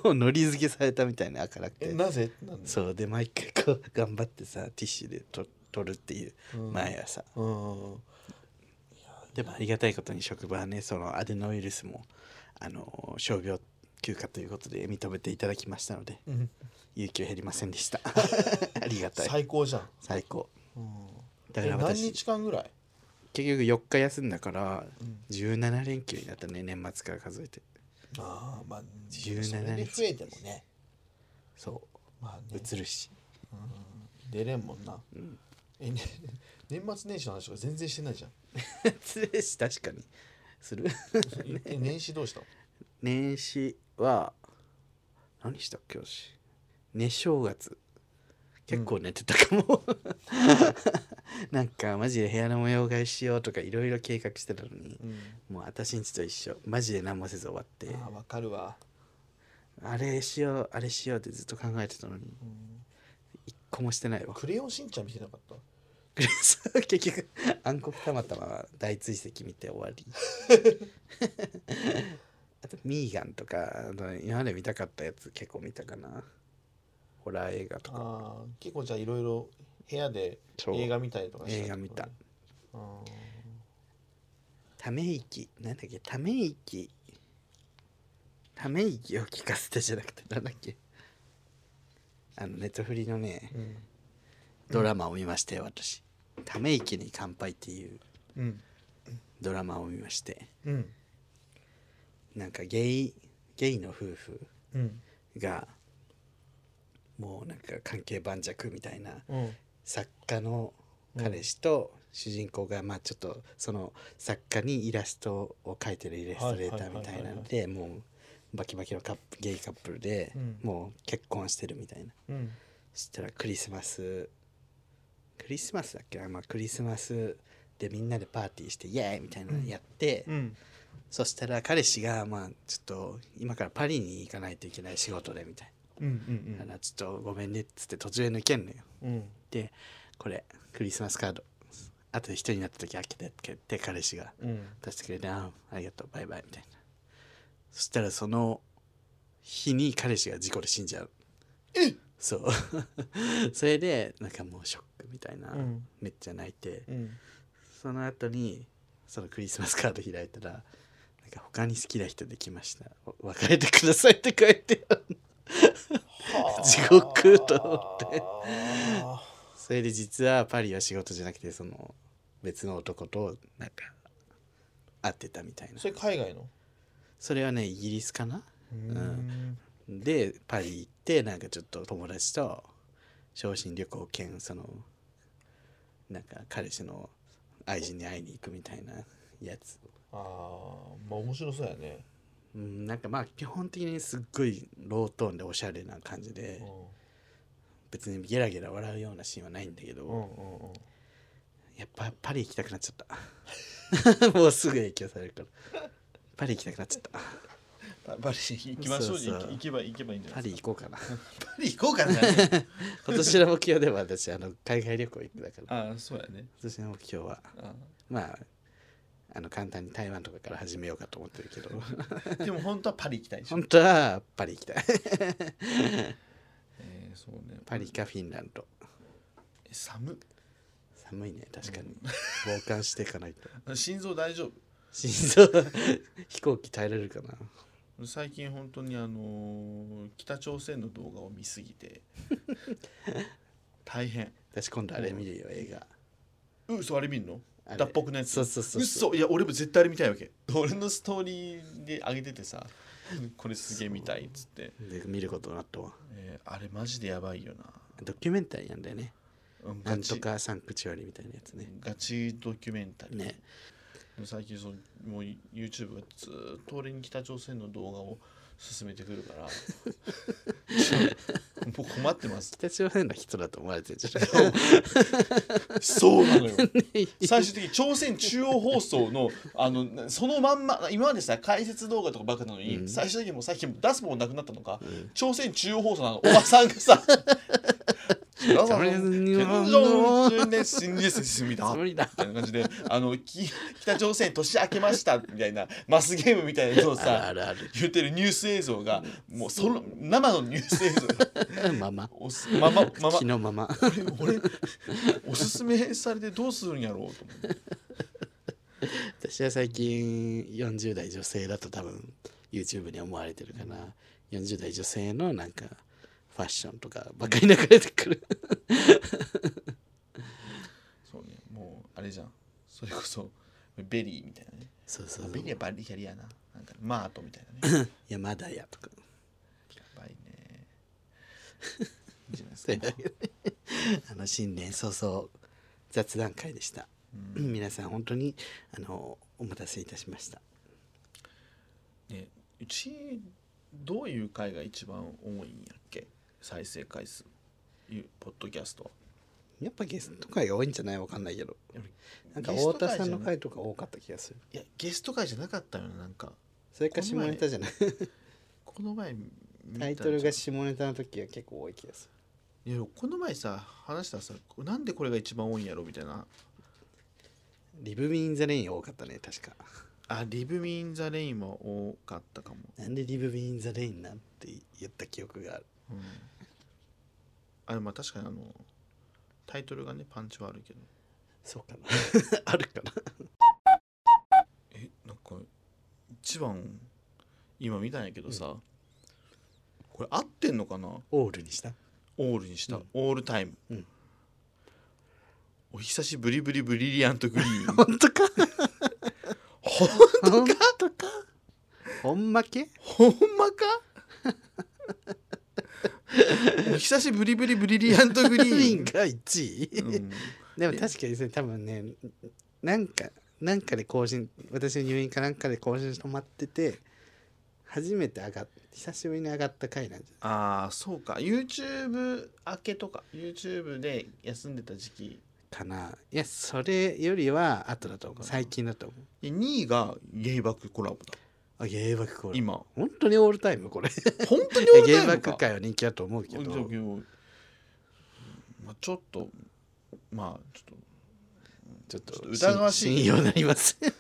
Speaker 1: うのり付けされたみたいに開かなく
Speaker 2: え
Speaker 1: て
Speaker 2: なぜなんで
Speaker 1: そうで毎回こう頑張ってさティッシュでと取るっていう
Speaker 2: うん
Speaker 1: 毎朝、
Speaker 2: うん
Speaker 1: でもありがたいことに職場はねそのアデノウイルスもあの傷病休暇ということで認めていただきましたので
Speaker 2: うん
Speaker 1: 有給減りませんでした
Speaker 2: *laughs*
Speaker 1: ありがたい
Speaker 2: 最高じゃん
Speaker 1: 最高
Speaker 2: うん
Speaker 1: だから
Speaker 2: え何
Speaker 1: 私
Speaker 2: 日間ぐらい
Speaker 1: 結局4日休んだから
Speaker 2: うん
Speaker 1: 17連休になったね年末から数えて
Speaker 2: ああまあ
Speaker 1: 17
Speaker 2: それで増えてもね
Speaker 1: そう
Speaker 2: まあね
Speaker 1: 映るし *laughs*
Speaker 2: 出れんもんな、
Speaker 1: ん
Speaker 2: え、ね、 *laughs* 年末年始の話とか全然してないじ
Speaker 1: *laughs*
Speaker 2: ゃん
Speaker 1: 失礼し確かにする
Speaker 2: え年始どうしたの
Speaker 1: 年始は何したっけよし寝正月結構寝てたかも、 *laughs* なんかマジで部屋の模様替えしようとかいろいろ計画してたのに
Speaker 2: うん
Speaker 1: もう私んちと一緒マジで何もせず終わって
Speaker 2: あーわかるわ、
Speaker 1: あれしようあれしようってずっと考えてたのに
Speaker 2: うん
Speaker 1: 一個もしてないわ
Speaker 2: クレヨンしんちゃん見てなかった
Speaker 1: そう *laughs* 結局暗黒たまたま大追跡見て終わり *laughs* あとミーガンとかあの今まで見たかったやつ結構見たかなホラー映画とか
Speaker 2: ああ結構じゃあいろいろ部屋で
Speaker 1: そう
Speaker 2: 映画見たりとか
Speaker 1: 映画見た
Speaker 2: あー
Speaker 1: ため息なんだっけため息ため息を聞かせてじゃなくてなんだっけあのネットフリのね
Speaker 2: うん
Speaker 1: ドラマを見まして私ため息に乾杯っていう
Speaker 2: うん
Speaker 1: ドラマを見まして
Speaker 2: うん
Speaker 1: なんかゲイゲイの夫婦
Speaker 2: うん
Speaker 1: がもうなんか関係盤石みたいな
Speaker 2: うん
Speaker 1: 作家の彼氏と主人公がまあちょっとその作家にイラストを描いてるイラストレーターみたいなのでもうバキバキのカップゲイカップルで
Speaker 2: うん
Speaker 1: もう結婚してるみたいな
Speaker 2: うん
Speaker 1: そしたらクリスマスクリスマスだっけな、まあ、クリスマスでみんなでパーティーしてイエーイみたいなのやって、
Speaker 2: うん
Speaker 1: そしたら彼氏がまあちょっと今からパリに行かないといけない仕事でみたいな。
Speaker 2: うんうん
Speaker 1: だからちょっとごめんねっつって途中で抜けんのよ
Speaker 2: うん
Speaker 1: でこれクリスマスカードあとで一人になった時開けてってって彼氏が
Speaker 2: うん
Speaker 1: 出してくれてあありがとうバイバイみたいなそしたらその日に彼氏が事故で死んじゃうそう *laughs* それでなんかもうショックみたいな、
Speaker 2: うん
Speaker 1: めっちゃ泣いて
Speaker 2: うん
Speaker 1: その後にそのクリスマスカード開いたらなんか他に好きな人できましたお別れてくださいって書いてある *laughs* 地獄と思って
Speaker 2: は
Speaker 1: それで実はパリは仕事じゃなくてその別の男となんか会ってたみたい
Speaker 2: ー
Speaker 1: な
Speaker 2: それ海外の
Speaker 1: それはねイギリスかな
Speaker 2: うー
Speaker 1: んでパリ行ってなんかちょっと友達と昇進旅行兼そのなんか彼氏の愛人に会いに行くみたいなやつ
Speaker 2: ああまあ面白そうやね
Speaker 1: うんなんかまあ基本的にすっごいロートーンでおしゃれな感じで別にゲラゲラ笑うようなシーンはないんだけど、
Speaker 2: うんうんうん
Speaker 1: やっぱパリ行きたくなっちゃった *laughs* もうすぐ影響されるからパリ行きたくなっちゃった
Speaker 2: パパリ行きましょう
Speaker 1: そうそう
Speaker 2: 行けば行けばいいんじゃな
Speaker 1: パ
Speaker 2: いで
Speaker 1: リ
Speaker 2: す
Speaker 1: 行こうかな
Speaker 2: かパリ行こうかなじゃ
Speaker 1: 今年の目標では私あの海外旅行行くだから
Speaker 2: あああそうやね
Speaker 1: 今年の目標は
Speaker 2: あ
Speaker 1: まああの簡単に台湾とかから始めようかと思ってるけ *laughs* ど
Speaker 2: あでも本当はパリ行きたいでしょ
Speaker 1: 本当はパリ行きたい
Speaker 2: えーそうね
Speaker 1: パリかフィンランド
Speaker 2: え寒
Speaker 1: 寒いね確かに傍観していかないと
Speaker 2: っ心臓大丈夫
Speaker 1: 心臓飛行機耐えられるかな
Speaker 2: 最近本当にあのー北朝鮮の動画を見すぎ *laughs* て大変
Speaker 1: 私今度あれ見るよ映画
Speaker 2: う嘘あれ見るの
Speaker 1: あれ
Speaker 2: 脱北のやつ
Speaker 1: そうそうそう
Speaker 2: 嘘いや俺も絶対あれ見たいわけ俺のストーリーで上げてて *laughs* さこれすげえ見たいっつって、
Speaker 1: で見ることになったわ
Speaker 2: えーあれマジでやばいよな
Speaker 1: ドキュメンタリーなんだよね
Speaker 2: うん
Speaker 1: な
Speaker 2: ガ
Speaker 1: んと
Speaker 2: チ
Speaker 1: かサンクチュアリみたいなやつね。
Speaker 2: ガチドキュメンタリー、
Speaker 1: ね。
Speaker 2: 最近そのもう YouTube がずーっと俺に北朝鮮の動画を勧めてくる *laughs* からもう困ってます
Speaker 1: 北朝鮮の人だと思われてるじゃ *laughs* ない
Speaker 2: そうなのよ。最終的に朝鮮中央放送のあのそのまんま今までさ解説動画とかばっかなのに、
Speaker 1: うん
Speaker 2: 最終的にもう最近出すもんなくなったのか、
Speaker 1: ん
Speaker 2: 朝鮮中央放送のあのおばさんがさ「金正恩金正恩ね新入生進みだ」
Speaker 1: 無理だ
Speaker 2: み。たいな感じであのき北朝鮮年明けましたみたいなマスゲームみたいなのを
Speaker 1: あるあ
Speaker 2: さ
Speaker 1: るある。
Speaker 2: 言ってるニュース映像がもうその生のニュース映像が
Speaker 1: まま。
Speaker 2: おすまままま
Speaker 1: 昨日まま。
Speaker 2: 俺おすすめされてどうするんやろうと思って
Speaker 1: 私は最近40代女性だと多分 YouTube に思われてるから、40代女性のなんかファッションとかばかり流れてくる。
Speaker 2: そうねもうあれじゃんそれこそベリーみたいなね
Speaker 1: そうそうそ
Speaker 2: ベ
Speaker 1: う。
Speaker 2: リ
Speaker 1: *laughs*
Speaker 2: ー
Speaker 1: い
Speaker 2: はバリキャリアななんかマートみたいなねや
Speaker 1: や、まだやとか。
Speaker 2: ばいねいいじゃないです *laughs*
Speaker 1: そう
Speaker 2: か
Speaker 1: あの新年早々雑談会でした、
Speaker 2: うん
Speaker 1: 皆さん本当にあのお待たせいたしました
Speaker 2: ねうちどういう回が一番多いんやっけ再生回数いうポッドキャスト
Speaker 1: やっぱゲスト会が多いんじゃないわかんないけど
Speaker 2: やっ
Speaker 1: なんか
Speaker 2: ゲスト
Speaker 1: 太
Speaker 2: 会
Speaker 1: 田さん
Speaker 2: じゃ
Speaker 1: の
Speaker 2: な
Speaker 1: 回とか多かった気がする
Speaker 2: いやゲスト回じゃなかったよななんか
Speaker 1: それか下ネタじゃない
Speaker 2: この前見た
Speaker 1: タイトルが下ネタの時は結構多い気がす
Speaker 2: いやこの前さ話したらさなんでこれが一番多いんやろみたいな
Speaker 1: るリブミン・ザ・レイン多かったね確か
Speaker 2: あリブ・ミン・ザ・レインも多かったかも、
Speaker 1: なんでリブミン・ザ・レインなんて言った記憶がある
Speaker 2: うん、あまあ確かにあのタイトルがねパンチはあるけど
Speaker 1: そうかな *laughs* あるかな
Speaker 2: えなんか一番今見たんやけどさ、これ合ってんのかな
Speaker 1: オールにした
Speaker 2: オールにした、オールタイム、
Speaker 1: うん
Speaker 2: お久しぶりぶりブリリアントグリ *laughs* ーン
Speaker 1: 本当か
Speaker 2: ほん
Speaker 1: 本当かほんまけ
Speaker 2: ほんまか *laughs* お久しぶりぶりブリリアントグ
Speaker 1: グ
Speaker 2: リ
Speaker 1: リ
Speaker 2: ー
Speaker 1: ー
Speaker 2: ン
Speaker 1: ンが1位、
Speaker 2: うん
Speaker 1: でも確かにそれ多分ねなんかなんかで更新私の入院かなんかで更新してもらってて初めて上がっ久しぶりに上がった回なんじゃない
Speaker 2: ああそうか YouTube 明けとか YouTube で休んでた時期
Speaker 1: かないやそれよりは後だと思う最近だと思う
Speaker 2: で2位がゲイバックコラボだ
Speaker 1: あ芸爆コラボ
Speaker 2: 今
Speaker 1: 本当にオールタイムこれ
Speaker 2: 本当にオール
Speaker 1: 芸
Speaker 2: タイムか
Speaker 1: 爆界は人気だと思うけ
Speaker 2: うんだ
Speaker 1: ど
Speaker 2: けどまあ、ちょっとまあちょっ
Speaker 1: ちょっと
Speaker 2: ちょっと疑わしい
Speaker 1: 信用なりま
Speaker 2: *laughs*
Speaker 1: せん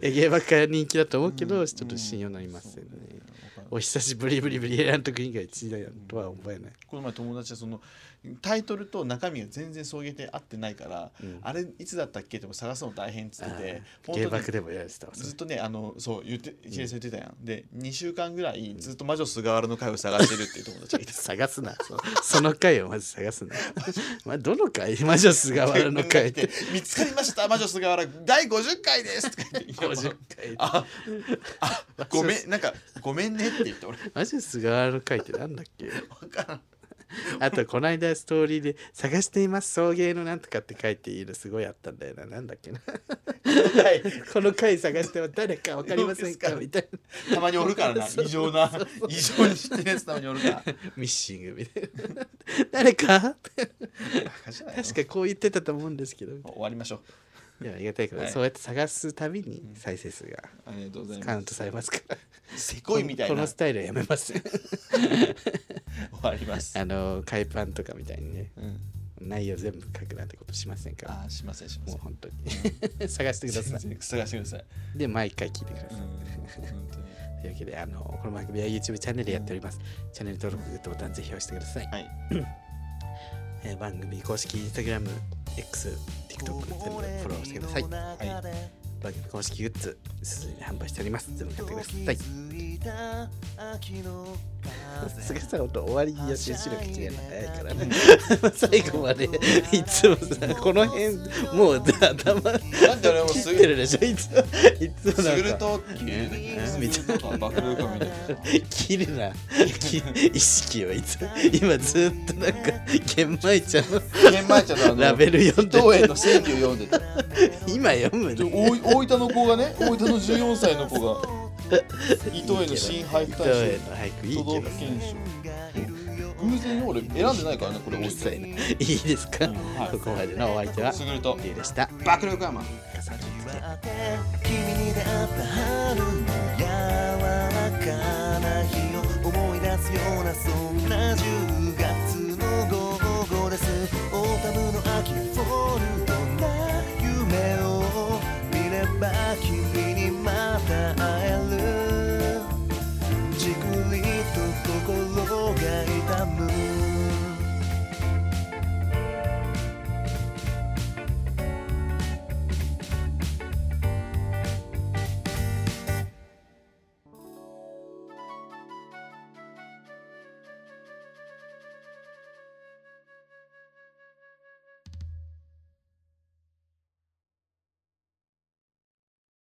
Speaker 1: え芸爆界は人気だと思うけど、
Speaker 2: うん
Speaker 1: ちょっと信用なりませんね、
Speaker 2: と、わかんない
Speaker 1: お久しぶりぶりぶりエラントクイーンが1位だよとは思えない、
Speaker 2: この前友達はそのタイトルと中身が全然送迎で合ってないから、
Speaker 1: うん
Speaker 2: あれいつだったっけって探すの大変っつってて
Speaker 1: あー芸
Speaker 2: 本当に
Speaker 1: 爆でもやられてたわそれ
Speaker 2: ずっとねあのそう言って一年生言ってたやん、で2週間ぐらいずっと魔女菅原の回を探してるっていう友達がいて
Speaker 1: 探すなそその回をまず探す
Speaker 2: *laughs*
Speaker 1: なまあどの回魔女菅原の回って
Speaker 2: 見つかりました魔女菅原第50回です」とか言っていや
Speaker 1: 50回
Speaker 2: ああごめんなんか「ごめんね」って言って俺
Speaker 1: 魔女菅原の回ってなんだっけ
Speaker 2: 分からん
Speaker 1: あとこの間ストーリーで「探しています送迎のなんとか」って書いているすごいあったんだよななんだっけな
Speaker 2: はい
Speaker 1: この回探しては誰か分かりませんかみたいな
Speaker 2: たまにおるからな異常な異常に知ってるやつたまにおるから
Speaker 1: ミッシングみたいな誰か確
Speaker 2: 確
Speaker 1: かこう言ってたと思うんですけど
Speaker 2: 終わりましょう
Speaker 1: いやありがたいけど、
Speaker 2: はい
Speaker 1: そうやって探すたびに再生数が
Speaker 2: ありがとうござい
Speaker 1: カ
Speaker 2: ま
Speaker 1: ウントされますから
Speaker 2: すせこいみたい
Speaker 1: この
Speaker 2: な
Speaker 1: ス
Speaker 2: 終
Speaker 1: タイルはやめ
Speaker 2: *laughs*
Speaker 1: ます
Speaker 2: わります
Speaker 1: あの海パンとかみたいにね
Speaker 2: うん
Speaker 1: 内容全部書くなんてことしませんから
Speaker 2: あーしませんしま
Speaker 1: も
Speaker 2: せ
Speaker 1: うん本当に *laughs* 探してください
Speaker 2: 全然探してください
Speaker 1: で毎回聞いてくだ
Speaker 2: う
Speaker 1: さ
Speaker 2: ん
Speaker 1: い、
Speaker 2: 本当に
Speaker 1: というわけであのこの番組は YouTube チャンネルやっております、チャンネル登録グッドボタンぜひ押してください、
Speaker 2: はい
Speaker 1: えー番組公式 InstagramXTikTok 全部フォローしてください
Speaker 2: はい
Speaker 1: 番組公式グッズすでに販売しております全部買ってください菅さんと終わりに予習しろきれないからね *laughs* 最後までいつもさこの辺もう頭
Speaker 2: なんで俺も
Speaker 1: 切
Speaker 2: す
Speaker 1: っ
Speaker 2: ぐ
Speaker 1: てるでしょいつもいつも
Speaker 2: す
Speaker 1: なん
Speaker 2: ぐる
Speaker 1: か
Speaker 2: と切れるとか暴露かみたい *laughs* な
Speaker 1: 切るなき意識はいつ今ずっとなんか玄米茶
Speaker 2: 玄米茶のあ
Speaker 1: のラベル読んで
Speaker 2: 東映
Speaker 1: て
Speaker 2: の選挙読んでた
Speaker 1: 今読む
Speaker 2: で
Speaker 1: の
Speaker 2: 大大分の子がね大分の14歳の子が伊東への新俳
Speaker 1: 伊藤
Speaker 2: 句大
Speaker 1: 園
Speaker 2: 賞
Speaker 1: の俳句いい
Speaker 2: 都道
Speaker 1: けど
Speaker 2: 府県賞偶然よ俺選んでないからねこれ
Speaker 1: う
Speaker 2: 大
Speaker 1: るさ
Speaker 2: 分
Speaker 1: いないいですか、
Speaker 2: はい
Speaker 1: ここまでのお相手は
Speaker 2: すぐると
Speaker 1: リュウでした
Speaker 2: 爆力山
Speaker 3: 君に出会った春の柔ら